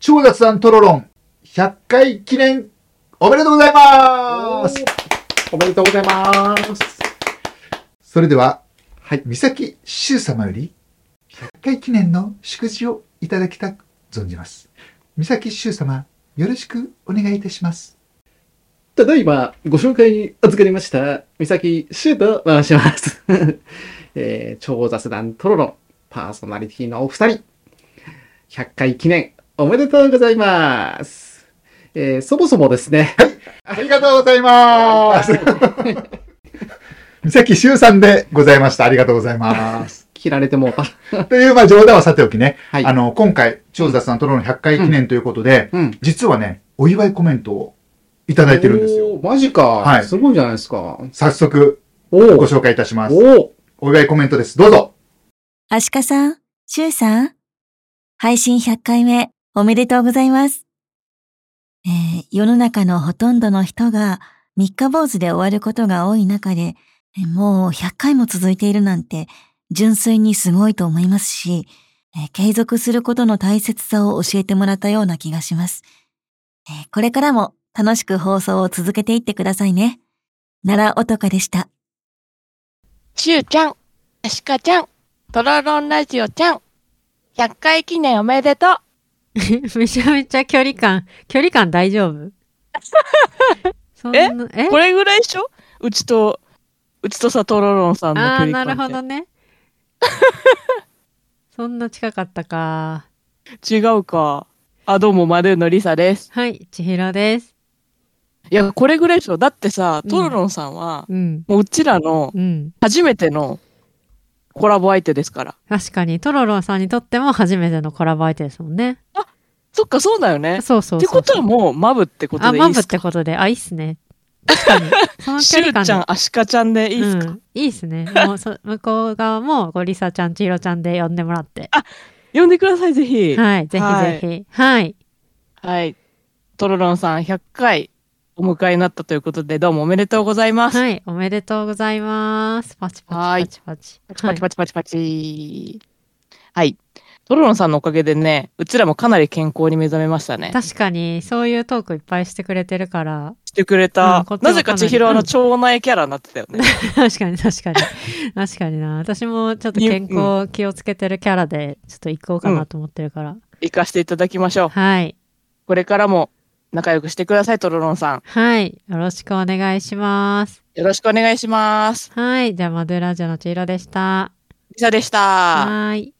超雑談トロロン100回記念おめでとうございますおめでとうございます。それでは、はい三崎周様より100回記念の祝辞をいただきたく存じます。三崎周様、よろしくお願いいたします。ただいま、ご紹介に預かりました、三崎修と申します。 えー、超雑談トロロ、パーソナリティのお二人、100回記念、おめでとうございます。えー、そもそもですね、ありがとうございま。 三崎周さんでございました。ありがとうございます。 切られてもうた。 という、まあ冗談はさておきね、はいあの、今回、超雑談トロロン100回記念ということで、うん。実はね、お祝いコメントをいたいだいてるんですよ。。マジか。はいすごいじゃないですか。早速、おごお紹介いたします。おおお祝いコメントです。どうぞ。アシカさん、シュウさん、配信100回目おめでとうございます。えー世の中のほとんどの人が三日坊主で終わることが多い中で、えーもう100回も続いているなんて純粋にすごいと思いますし、えー継続することの大切さを教えてもらったような気がします。えーこれからも楽しく放送を続けていってくださいね。奈良おとかでした。しゅうちゃん、アシカちゃん、トロロンラジオちゃん、100回記念おめでとう。 めちゃめちゃ距離感、距離感大丈 夫そんなえこれぐらいでしょうちと、うちとさ、トロロンさんの距ああ、離な感るほど ね。そんな近かったか。違うか。あ、どうも、マドゥーのりさです。はい、千尋です。いや、これぐらいでしょだってさう、んトロロンさんは、うん。もううちらのうん。初めてのコラボ相手ですから。確かに、トロロンさんにとっても初めてのコラボ相手ですもんね。そっか、そうだよね。そうそうそうそう。ってことはもう、マブってことあ、でいいマっブっすてかことで、あ、いいっすね。確 かに。その距しゅ離う感ちゃん、アシカちゃんでいでいっすか、うん、いいっすね。もうそ、 向こう側も、こう、リサちゃん、千尋ちゃんで呼んでもらって。呼んでください、ぜひ。はい、ぜひぜひ。はい。はい。トロロンさん100回お迎えになったということで、どうもおめでとうございます。はい、おめでとうございます。パチはパーチいパチパチ。パチパチパチパチパチ。はい。トロロンさんのおかげでね、うちらもかなり健康に目覚めましたね。確かに、そういうトークいっぱいしてくれてるから、 してくれうんたこっ。ちもなぜか千尋はあの腸内キャラになって たよね。確かに確 かに。確かにな。私もちょっと健康気をつけてるキャラで、ちょっと行こうかなと思ってるから。生かしていただきましょう。はい。これからも仲良くしてください、トロロンさん。はい。よろしくお願いします。よろしくお願いします。はい。じゃあ、マドゥラジオの千尋でした。リサでした。はーい。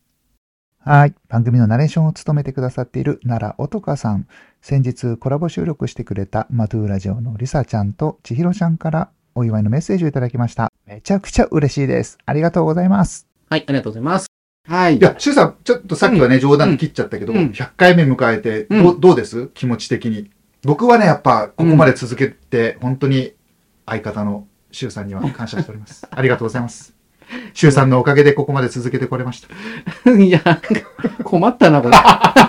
はい。番組のナレーションを務めてくださっている奈良おとかさん。先日コラボ収録してくれたマドゥーラジオのリサちゃんと千尋ちゃんからお祝いのメッセージをいただきました。めちゃくちゃ嬉しいです。ありがとうございます。はい、ありがとうございます。はい。いや、シュウさん、ちょっとさっきはね、冗談で切っちゃったけど、うん100回目迎えてどう、うんどうです気持ち的に。僕はね、やっぱ、ここまで続けて、本当に相方のシュウさんには感謝しております。ありがとうございます。シュウさんのおかげでここまで続けてこれました。 いや、困ったな、こ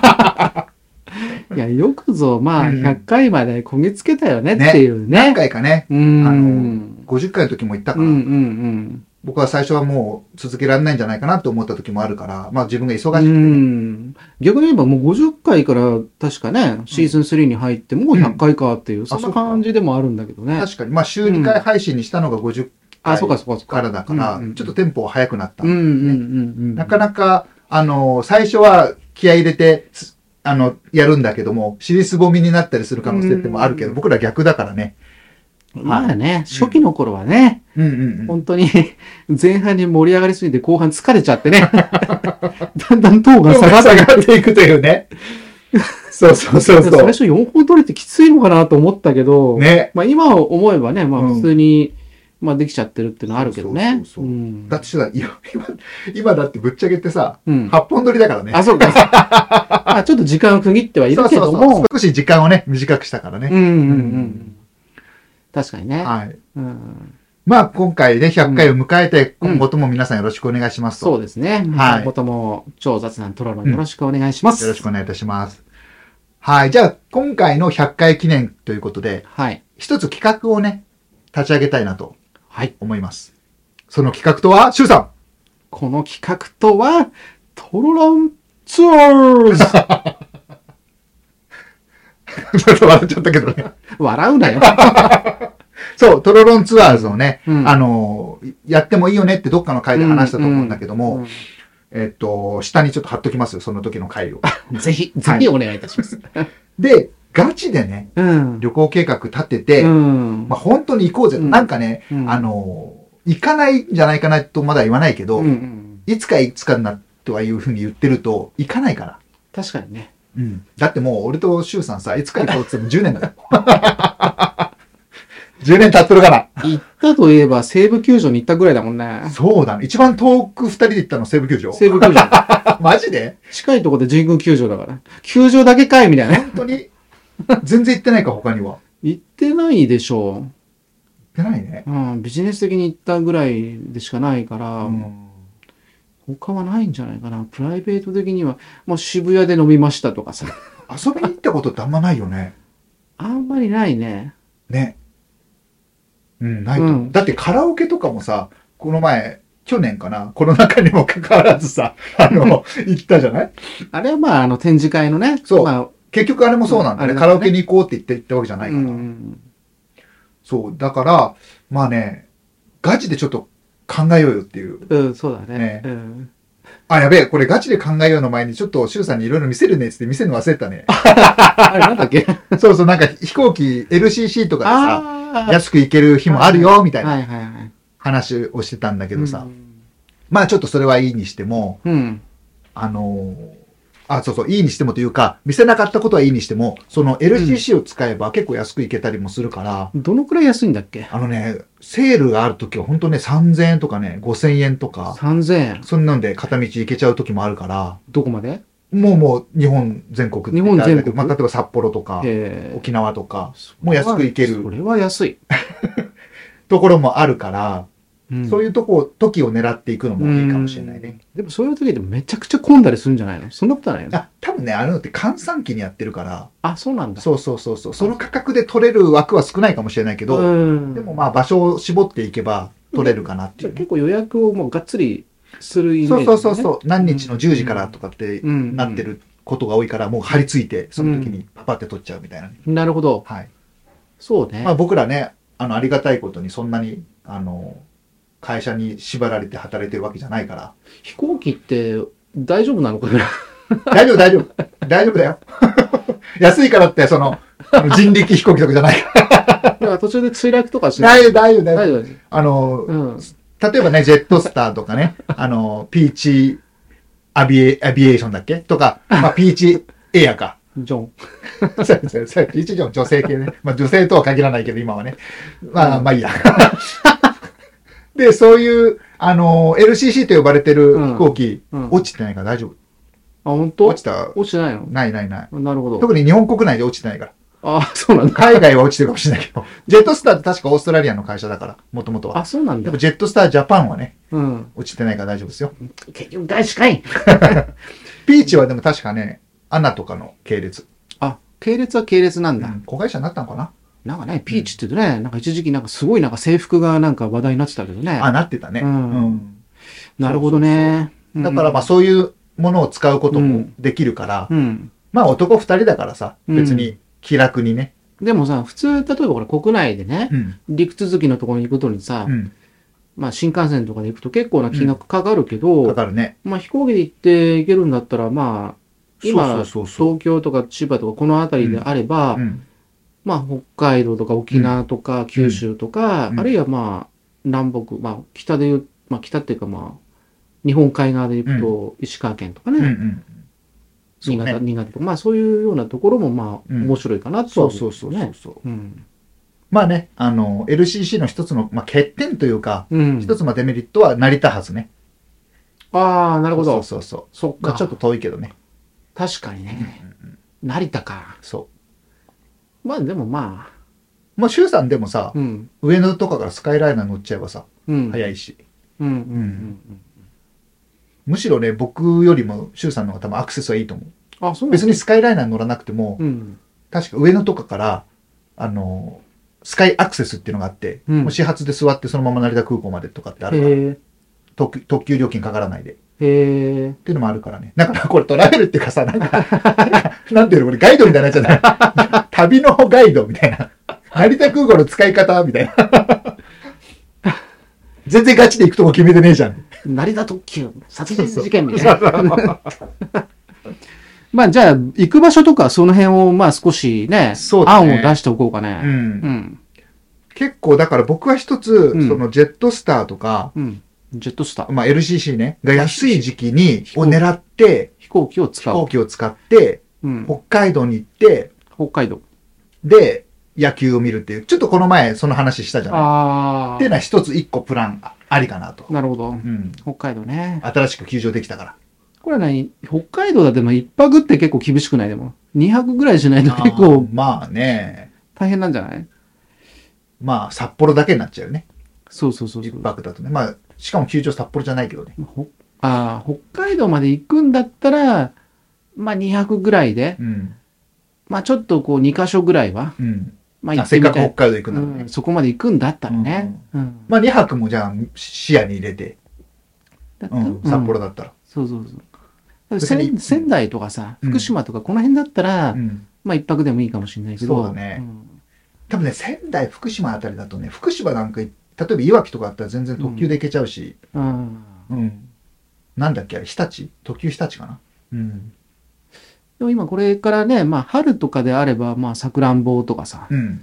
れ。いや、よくぞ、まあ、うん100回までこぎつけたよねっねていうね。何回かね、うあん。うのん50回の時も言ったかうんうら、ん。僕は最初はもう続けられないんじゃないかなと思った時もあるから、まあ自分が忙しうくて、ん。逆に言えばもう50回から確かね、シーズン3に入ってもう100回かっていう、そんそなうか感じでもあるんだけどね。確かに、まあ週2回配信にしたのが50あ、回そうかそうかそうか。からだから、うんうんちょっとテンポは速くなった。うんうんうんうん。なかかなか、あの、最初は気合い入れて、すあの、やるんだけども、尻すぼみになったりする可能性ってもあるけど、うん僕ら逆だからね。まあね、初期の頃はね、うんうんうん。本当に 前半に盛り上がりすぎて後半疲れちゃってね。 だんだん糖が下がって下がっていくという ね。そうそうそう最そ初4本取れてきついのかなと思ったけど、う。ね。まあ今思えばね、まあうん普通に、まあできちゃってるっていうのはあるけどね。そうそうそうそんだってさ、今、今今だってぶっちゃけてさ、うん。 8本撮りだからね。あ、そうか。そうか あ、ちょっと時間を区切ってはいそるうけそどうも。そう。少し時間をね、短くしたからうね。んうんう。うん確かにね。はい。うん、まあ、今回で100回を迎えて、うん今後とも皆さんよろしくお願いしますと。そうですね。はい今後とも、超雑談トロロよろしくお願いします。よろしくお願いいたします。はい。じゃあ、今回の100回記念ということで、はい。一つ企画をね、立ち上げたいなとはい。思います。その企画とは、シュウさこの企画とは、トロロンツア ーズん ちょっと笑っちゃったけどね。笑うなよ。そう、トロロンツアーズをね、うんあのー、やってもいいよねってどっかの回で話したと思うんだけども、うんえっと、下にちょっと貼っときますよ、その時の回を。 ぜひ、ぜひお願いいたします。で、ガチでね、うん。旅行計画立てて、うんまあ、本当に行こうぜ、うんなんかね、うんあのー、行かないんじゃないかなとまだ言わないけど、うんうんいつかいつかになってはいうふうに言ってると、行かないから。確かにね。だってもう俺とシュウさんさ、いつか行こうって言っても10年だ よ。10年経っとるか行ったといえば、西武球場に行ったぐらいだもんねら。。そうだね。一番遠く二人で行ったの西武球場。西武球場。あ マジで近いところで神宮球場だから。球場だけかいみたいな。本当に全然行ってないか、他には。行っ行ってないでしょてないね。う。うん、ビジネス的に行ったぐらいでしかないかうら、ん。他はないんじゃないかな。プライベート的には、もう渋谷で飲みましたとかさ。遊びに行ったことってあんまないよね。あんまりないね。ね。うん、ないと、うんだってカラオケとかもさ、この前、去年かな、コロナ禍にもかかわらずさ、 あの、行ったじゃないあれはまあ、あの、展示会のね。そうま結局あれもそうなんだあね。れだねカラオケに行こうって言って行ったわけじゃあ、ないうから。ん。そう。だから、まあね、ガチでちょっと考えようよっていう。うん、そうだねね。うん。あ、やべえ、これガチで考えようの前に、ちょっと、シュウさんにいろいろ見せるねっつって見せるの忘れたね。 あれなんだっけそうそう、なんか飛行機 LCC とかであさ、安く行ける日もあるよ、みたいーはないはいはい。話をしてたんだけどさう。んまあちょっとそれはいいにしても、うん。あのーあ、そうそう、いいにしてもというか、見せなかったことはいいにしても、その LCC を使えば結構安く行けたりもするから、どのくらい安いんだっけあのね、セールがあるときは本当ね、3000円とかね、5000円とか、 ?3000 円。そんなんで片道行けちゃうときもあるから、どこまでもうもう日本全国って言ったらあれだけど日本全国まあ、例えば札幌とか、え沖縄とか、もう安く行けるそれは安い。ところもあるから、そういううとこ、時を狙っていくのもいいかもしれないね。ん。でもそういう時でめちゃくちゃ混んだりするんじゃないのそんなことはないのあ、多分ね、あれのって換算期にやってるから、あ、そうなんだ。そうそうそうそう、その価格で取れる枠は少ないかもしれないけど、うん。でもまあ場所を絞っていけば取れるかなってじいゃあうね、結構予約をもうがっつりするイメージ、そね。。うそうそうそうう、何日の10時からとかってうん。なって。ることが多いから、もう張り付いて、その時にパパって取っちゃうみたいな。なるほど。はい。そうね。まあ僕らね、あの、ありがたいことにそんなに、あの、会社に縛られて働いてるわけじゃない から。飛行機って大丈夫なのかな 大丈夫、大丈夫。大丈夫だよ。安いからって、その、あの人力飛行機とかじゃないから。だから途中で墜落とかしない。大丈夫、大丈夫、大 大丈夫。丈夫です。あの、うん。例えばね、ジェットスターとか ね、あの、ピーチアビエ、アビエーションだっけとか、 まあ、ピーチエアか。ジョン。そうそうそうピーチジョン女性系ね。まあ、女性とは限らないけど、今はね。まあ、まあいいや。 で、そういう、あの、LCC と呼ばれてる飛行機、うん。あ、落ちてないから大丈夫。本当落ちた、落ちてないのないないない。なるほど。特に日本国内で落ちてないから。あ、そうなんだ。海外は落ちてるかもしれないけど。ジェットスターって確かオーストラリアの会社だから、もともとはあ、。そうなんでだも。ジェットスタージャパンはね、うん。落ちてないから大丈夫ですよ。結局外資かいピーチはでも確かね、アナとかの系列。あ、系列は系列なんだ。子会社になったのかな、なんかね、ピーチって言うとね、なんか一時期なんかすごいなんか制服がなんか話題になってたけどね。あ、なってたね。うんうんなるほどね。だからまああ、そういうものを使うことうもんできるから、うん。まあ男二人だからさ、うん別に気楽にね。でもさ、普通、例えばこれ国内でね、うん。陸続きのところに行くとにさ、うん。まあ新幹線とかで行くと結構な金額かかるけど、かかるね。まあ飛行機で行って行けるんだったら、まあ、そ今うそうそうそう。東京とか千葉とかこの辺りであれば、うん。まあ北海道とか沖縄とか九州とか、うんあるいはまあ南北、まあ北でいう、まあ北っていうかまあ、日本海側で行くと石川県とかね、うんうん。そう新潟、ね。新潟とか、まあそういうようなところもまあうん面白いかなとそはう思そううんですそうそよね。う。うん。まあね、あの、LCC の一つの、まあ、欠点というか、うん。一つのデメリットは成りたはずね。ああ、なるほど。そうそうそう。そっまか。あ、ちょっと遠いけどね。確かにね。成田か。そまあでもまあ。う。まあ、周さんでもさ、うん。上野とかからスカイライナー乗っちゃえばさ、うん。早い。いし。うんうんうんむしろね、僕よりも周さんの方が多分アクセスはいいと思う。うん。あ、そう別に。にスカイライナー乗らなくても、うん。確か上野とかから、あの、スカイアクセスっていうのがあって、うんもう始発で座ってそのまま成田空港までとかってあるから、へ特特急料金かからないで。っえ。へえ。ていうのもあるからね。だからこれトラベルっていうかさ、なんか、 なんていうのこれガイドみたいになっ ちゃった。旅のガイドみたいな。成田空港の使い方みたいな。 全然ガチで行くとこ決めてねえじゃん。成田特急、殺人事件みたいな。 まあじゃあ、行く場所とかその辺をまあ少しね、そうだ案ねを出しておこうかう。ね。うんん。結構だから僕は一つ、んそのジェットスターとか、うん。ジェットスター。まあ LCC ね、が安い時期に、を狙って、飛行機を使飛行う。機を使って、うん。北海道に行って、北海道。で、野球を見るっていう、ちょっとこの前その話したじゃない。あっていうのは一つ一個プランあありかなとあ。。なるほど。うん。北海道ね。新しく球場できたから。これは何北海道だってまあ一泊って結構厳しくないでも。二泊ぐらいしないと結あ構ーまあね、大変なんじゃないまあ札幌だけになっちゃうよね。そうそうそうそ一う。泊だとね。まあ、しかも球場札幌じゃないけどね。ほあー北海道まで行くんだったら、まあ二泊ぐらいで、うん。まあちょっとこう二箇所ぐらいは、うん。まあ行あってせっみかく北たい。海道行くうならね。ん、そこまで行くんだったらね。うん。まあ2泊もじゃあ視野に入れて、だったうらん、札幌だ。だったら。そうそうそう。だから別に仙仙台とかさ、うん福島とかこの辺だったら、うん。まあ一泊でもいいかもしれないけど。そうだねん多分ね、仙台、福島あたりだとね、福島なんか、例えばいわきとかあったら全然特急で行けちゃうし、うん。うん。なんだっけ、あれ日立特急日立かなうん。でも今これからね、まあ春とかであれば、まあさくらんぼとかさ、うん。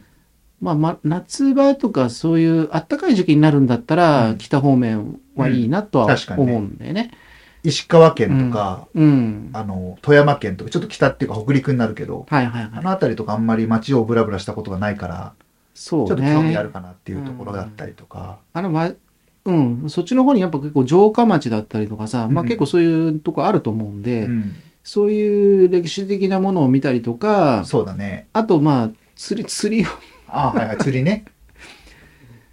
まあ、ま夏場とかそういう暖かい時期になるんだったら、うん北方面はいいなとうんは確かにね思うんだよね。石川県とか、うん。あの、富山県とか、ちょっと北っていうか北陸になるけど、はいはいあはい。の辺りとかあんまり街をブラブラしたことがないから、そうね。ちょっと興味あるかなっていうところだったりとか、あの、ま、うん、そっちの方にやっぱ結構城下町だったりとかさ、まあうん結構そういうとこあると思うんうで、ん。そういう歴史的なものを見たりとか、そうだね。あとまあ、釣り、釣りを、あはいはい、釣り ね。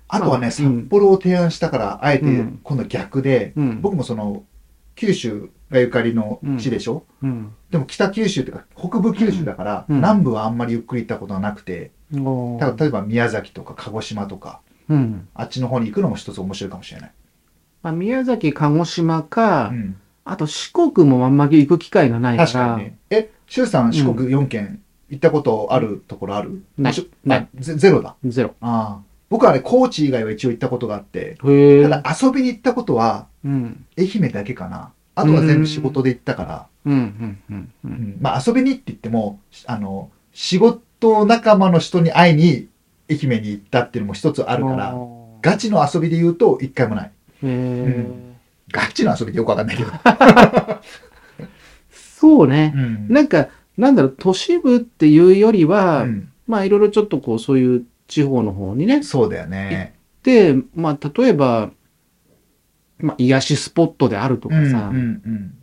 あとはまね、あ札幌を提案したから、あえてうん今度逆で、うん僕もその、九州がゆかりの地でしょ、うん。でも北九州というか、北部九州だから、うん南部はあんまりゆっくり行ったことはなくて、おーただ例えば宮崎とか鹿児島とか、うん。あっちの方に行くのも一つ面白いかもしれない。まあ、宮崎、鹿児島か、うんあと四国もあんまり行く機会がないから、確かにね。え、周さん、四国4県行ったことあるところあるないしないあゼゼロだ。ゼロ。ああ。僕はね、高知以外は一応行ったことがあって、へたえ。だ遊びに行ったことはうん。愛媛だけかな。あとは全部仕事で行ったから、うん、うん、うんう。うんんまあ遊びにって言っても、あの、仕事仲間の人に会いに愛媛に行ったっていうのも一つあるから、おーガチの遊びで言うと一回もない。へえ、うんガチの遊びでよくわかんないけど。そうね。んなんか、なんだろう、都市部っていうよりは、うんまあ、いろいろちょっとこう、そういう地方の方にね。そうだよね。で、まあ、例えば、まあ、癒しスポットであるとかうんうさ、んうん。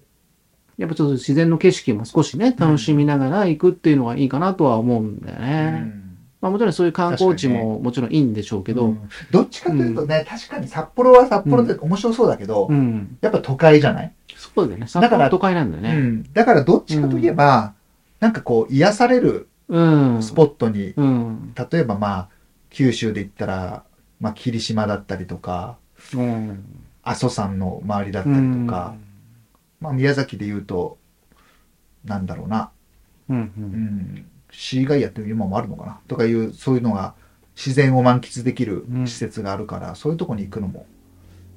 やっぱちょっと自然の景色も少しね、楽しみながら行くっていうのがいいかなとは思うんだようね。んまあ、もちろんそういう観光地確かももちろんいいんでしょうけど、ううんどっちかというとね、確かに札幌は札幌で面白そうだけど、ん。やっぱ都会じゃない、そうだよね。だから札幌都会なんだよね。だからどっちかといえば、なんかこう癒されるうん。スポットに、うん。例えばまあ九州で言ったら、まあ、霧島だったりとかうん。阿蘇山の周りだったりとか、まあ、宮崎で言うとなんだろうな、うん。う。うんん、シーガイアっていう今もあるのかなとかいうそういうのが自然を満喫できる施設があるから、そういうとこに行くのも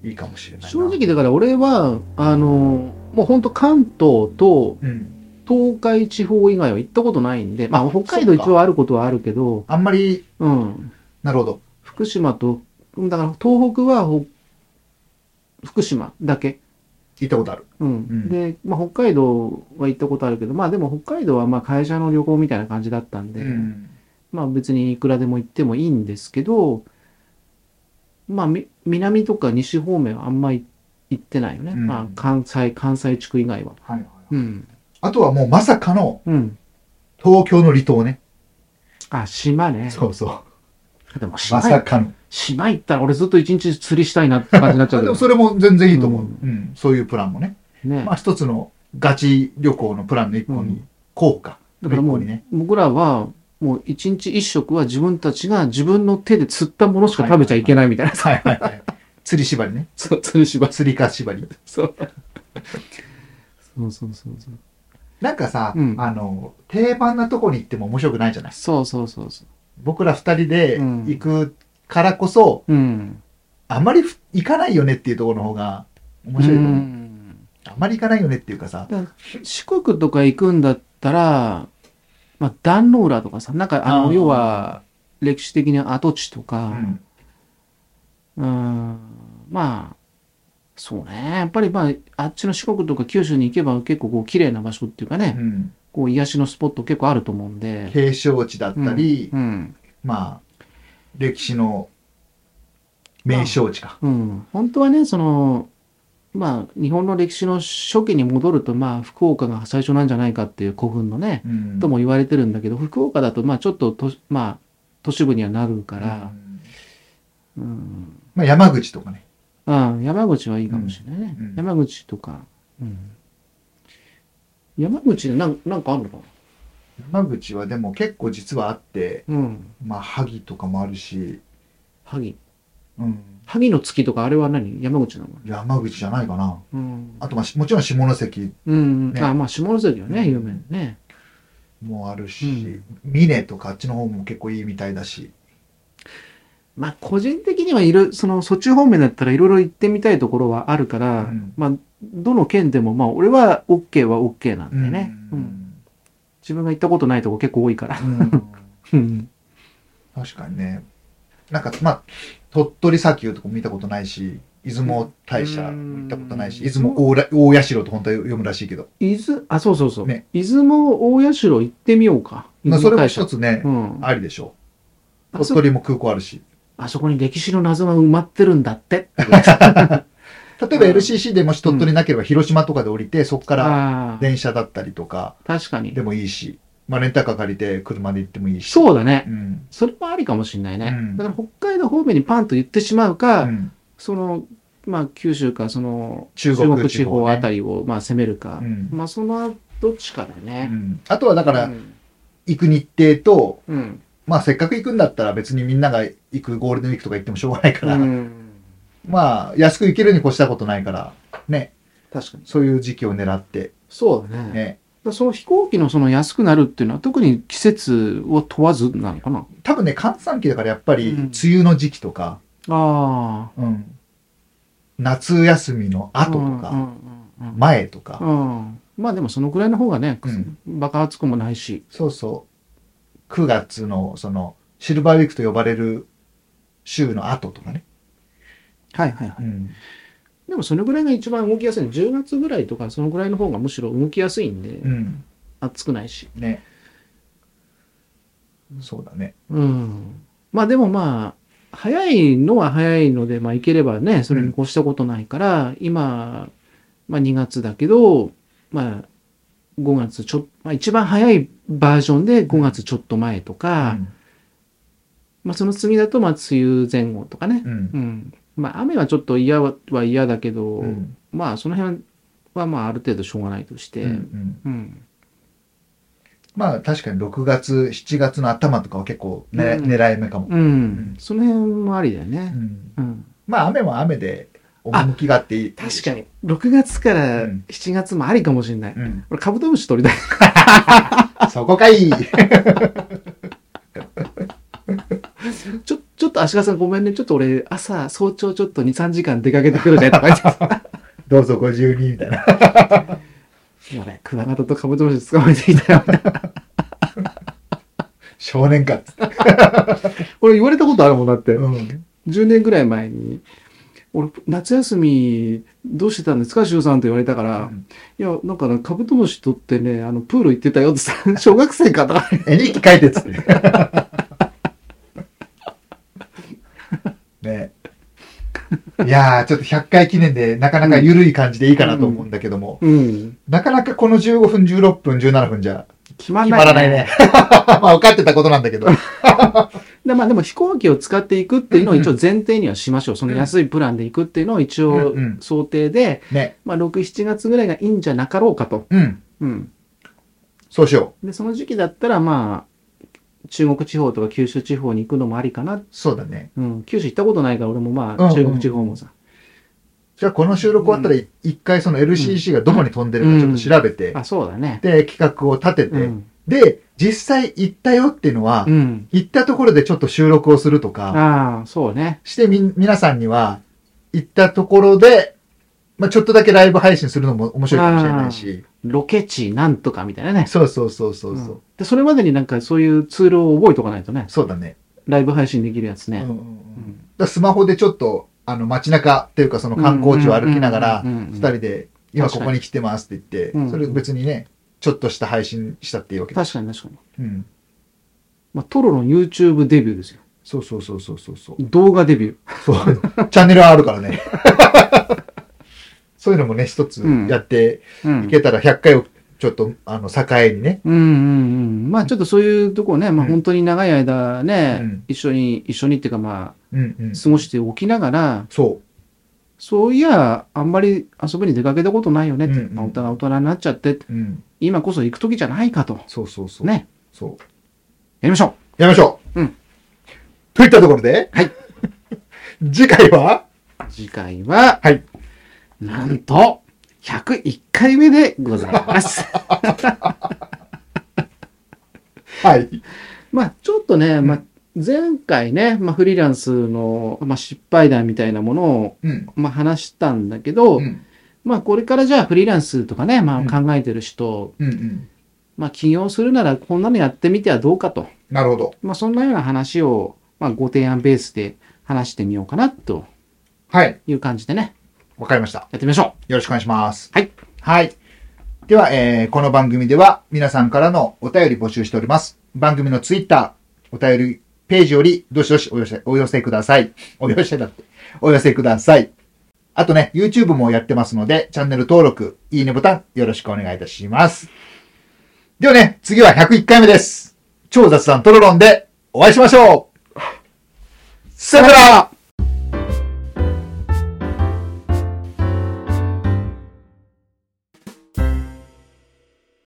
いいかもしれないな正直だから俺は、あの、もうほんと関東とうん、東海地方以外は行ったことないんで、まあ北海そ道っか一応あることはあるけど、あんまり、うん。なるほど。福島と、だから東北はほ福島だけ。聞いたことある。うん。んで、まあ北海道は行ったことあるけど、まあでも北海道はまあ会社の旅行みたいな感じだったんで、まあ別にいくらでも行ってもいいんですけど、まあみ南とか西方面はあんまり行ってないよね。うんまあ関西、関西地区以外は。はいはい。うん。あとはもうまさかのうん。東京の離島ね。あ、島ね。そうそう。でも島まさかの。島行ったら俺ずっと一日釣りしたいなって感じになっちゃあうけでどもそれも全然いいと思う。う、うんそういうプランもね。ね、まあ一つのガチ旅行のプランの一個うに、効果。だから一個もう、にね僕らはもう一日一食は自分たちが自分の手で釣ったものしか食べちゃいけないみたい な、 はいはいはい。釣り縛りね。そう釣りしば釣りか縛り。そうそうそうそうそうなんかさ、うんあの、定番なとこに行っても面白くないじゃないそうそうそうそ僕ら二人でうん行くからこそ、ううんあまりふ行かないよねっていうところの方が面白いと思う。うんあまり行かないよねっていうかさ、四国とか行くんだったら、まあ、壇ノ浦とかさなんかああのー要は歴史的な跡地とうか、ん、うーんまあ、そうね。やっぱりまあ、あっちの四国とか九州に行けば結構こう綺麗な場所っていうかね、うんこう癒しのスポット結構あると思うんで。景勝地だったり、うん。まあ、歴史の名勝地か。うん。本当はね、その、まあ、日本の歴史の初期に戻ると、まあ、福岡が最初なんじゃないかっていう古墳のね、うんとも言われてるんだけど、福岡だと、まあ、ちょっとと、まあ、都市部にはなるかうら、んうん、まあ、山口とかね。うん、山口はいいかもしれないね。うんうん山口とか。うん、山口でなんなんかあるのか山口はでも結構実はあって、なうん。まあ、萩とかもあるし、萩。うん、萩の月とかあれは何山口なの山口じゃないかな。うん。あと、まあ、しもちろん下関うん。ねあ、まあ、下関はうね、ん有名だね。もあるうしん、三重とかあっちの方も結構いいみたいだし、まあ、個人的にはいる、その、そっち方面だったらいろいろ行ってみたいところはあるから、うんまあ、どの県でも、まあ、俺は OK は OK なんだよね。ううんん自分が行ったことないとこ結構多いから。うんうん。確かにねなんかまあ鳥取砂丘とかも見たことないし出雲大社も行ったことないしうん出雲大ら大社と本当は読むらしいけど、伊豆、あ、そうそうそう。ね出雲大社行ってみようか。まあ、それも大社一つね、うん。ありでしょうあ鳥そ取も空港あるしあそこに歴史の謎が埋まってるん だって。例えばうん LCC でもし鳥取なければ広島とかで降りてそこからああー、電車だったりとか確かにで。もいいし、まあ、レンタカー借りて車で行ってもいいしそうだねう。ん、それもありかもしれないね。うんだから北海道方面にパンと言ってしまうか、うんその、まあ九州か、その中国地地方方ねあたりを、まあ攻めるかう。んまあそのどっちかだようね。ん、あとはだかうらん行く日程とうん。まあせっかく行くんだったら別にみんなが行くゴールデンウィークとか行ってもしょうがないから、うんまあ、安く行けるに越したことないから、ね、確かに。そういう時期を狙って、そうだね。だかね、らその飛行機のその安くなるっていうのは特に季節を問わずなのかな。多分ね、閑散期だからやっぱり、うん梅雨の時期とか、ああ。うん夏休みの後とうんか、うんうん前とか、うん。うんまあでもそのくらいの方がね、うん爆発くもないし。そうそう、9月の、その、シルバーウィークと呼ばれる週の後とかね。はいはいはい。うんでもそのぐらいが一番動きやすいの10月ぐらいとかそのぐらいの方がむしろ動きやすいんで、うん。暑くないしね。そうだね。うんまあでもまあ早いのは早いのでまあ行ければねそれに越したことないから、今、まあ、2月だけどまあ5月ちょっまあ、一番早いバージョンで5月ちょっと前とか、まあその次だとまあ梅雨前後とかねう、ん。うん、まあ雨はちょっと嫌はは嫌だけど、うん。まあその辺はまあある程度しょうがないとして、うんうんうんまあ確かに6月、7月の頭とかは結構ね、うん狙い目かも。うん、その辺もありだようね。んうん。まあ雨も雨で趣があっていい。確かに、6月からうん7月もありかもしれない。うん、俺、カブトムシ 取りたい。そこかい ちょ、ちょっと足利さんごめんね。ちょっと俺、朝、早朝ちょっと2、3時間出かけてくるねとか言って。 どうぞご自由にみたいな。やばい、クワガタとカブトムシ捕まえていたよ。少年かっつって。 俺言われたことあるもんだって。うん、 10年ぐらい前に。俺、夏休み、どうしてたんですか、しゅうさんと言われたから。うんいや、なんかね、カブ トムシ取ってね、あの、プール行ってたよってさ、小学生かな。絵日記書いてっつって。 いやー、ちょっと100回記念で、なかなか緩い感じでいいかなと思うんだけども、うん。なかなかこの15分、16分、17分じゃ、決まん決ない、まらない ね。。まあ、分かってたことなんだけど。でまあでも飛行機を使っていくっていうのを一応前提にはしましょう。その安いプランで行くっていうのを一応うんうん想定で、ね。まあ6、7月ぐらいがいいんじゃなかろうかと。うん。うん。そうしよう。で、その時期だったらまあ、中国地方とか九州地方に行くのもありかな。そうだね。うん。九州行ったことないから俺もうまんうんあ中国地方もさ。じゃあ、この収録終わったら、一回その LCC がどこに飛んでるかちょっと調べて、あ、そうだね。で、企画を立てて、うん。で、実際行ったよっていうのは、うん。行ったところでちょっと収録をするとか、ああ、そうね。してみ、皆さんには、行ったところで、まあ、ちょっとだけライブ配信するのも面白いかもしれないし、ロケ地なんとかみたいなね。そうそうそうそうそう、うんで、それまでになんかそういうツールを覚えておかないとね。そうだね。ライブ配信できるやつうんうんね。ううんだかんらスマホでちょっと、あの、街中っていうかその観光地を歩きながらうんうんうんうん、うん二人で、今ここに来てますってう言っんて、それ別にね、ちょっとした配信したっていいわけだ確かに確かに。うん。まあ、トロの YouTube デビューですよ。そうそうそうそうそうそう。動画デビュー。そう。チャンネルはあるからね。 そういうのもね、一つうんやってうん。いけたら、100回をちょっと、あの、境にね。うんうんうん。まあちょっとそういうとこをね、まあうん本当に長い間ね、うん一緒に、一緒にっていうかまうんうあ、ん。過ごしておきながら、そそういや、あんまり遊びに出かけたことないよねって、うんうんまあ大人大人になっちゃって、う。うん。今こそ行く時じゃないかと。そうそうそう。。ね。そう。やりましょやりましょう。うん。といったところで、はい。 次回はう次回は、はい。なんと、101回目でござい ます。はい。まあちょっとね、んまあ前回ね、まあフリーランスの、まあ、失敗談みたいなものを、うん。まあ話したんだけど、うん。まあこれからじゃあフリーランスとかね、まうんあ考えてる人、うんうん。まあ起業するならこんなのやってみてはどうかと。なるほど。まあそんなような話を、まあご提案ベースで話してみようかなとはい。いう感じでね、わかりました。やってみましょよろしくお願いします。はい。はい。では、えーこの番組では皆さんからのお便り募集しております。番組のツイッター、お便りページより、どしどしお寄せ、お寄せください。お寄せだって。お寄せください。あとね、YouTube もやってますので、チャンネル登録、いいねボタン、よろしくお願いいたします。ではね、次は101回目です。超雑談トロロンでお会いしましょうさよなら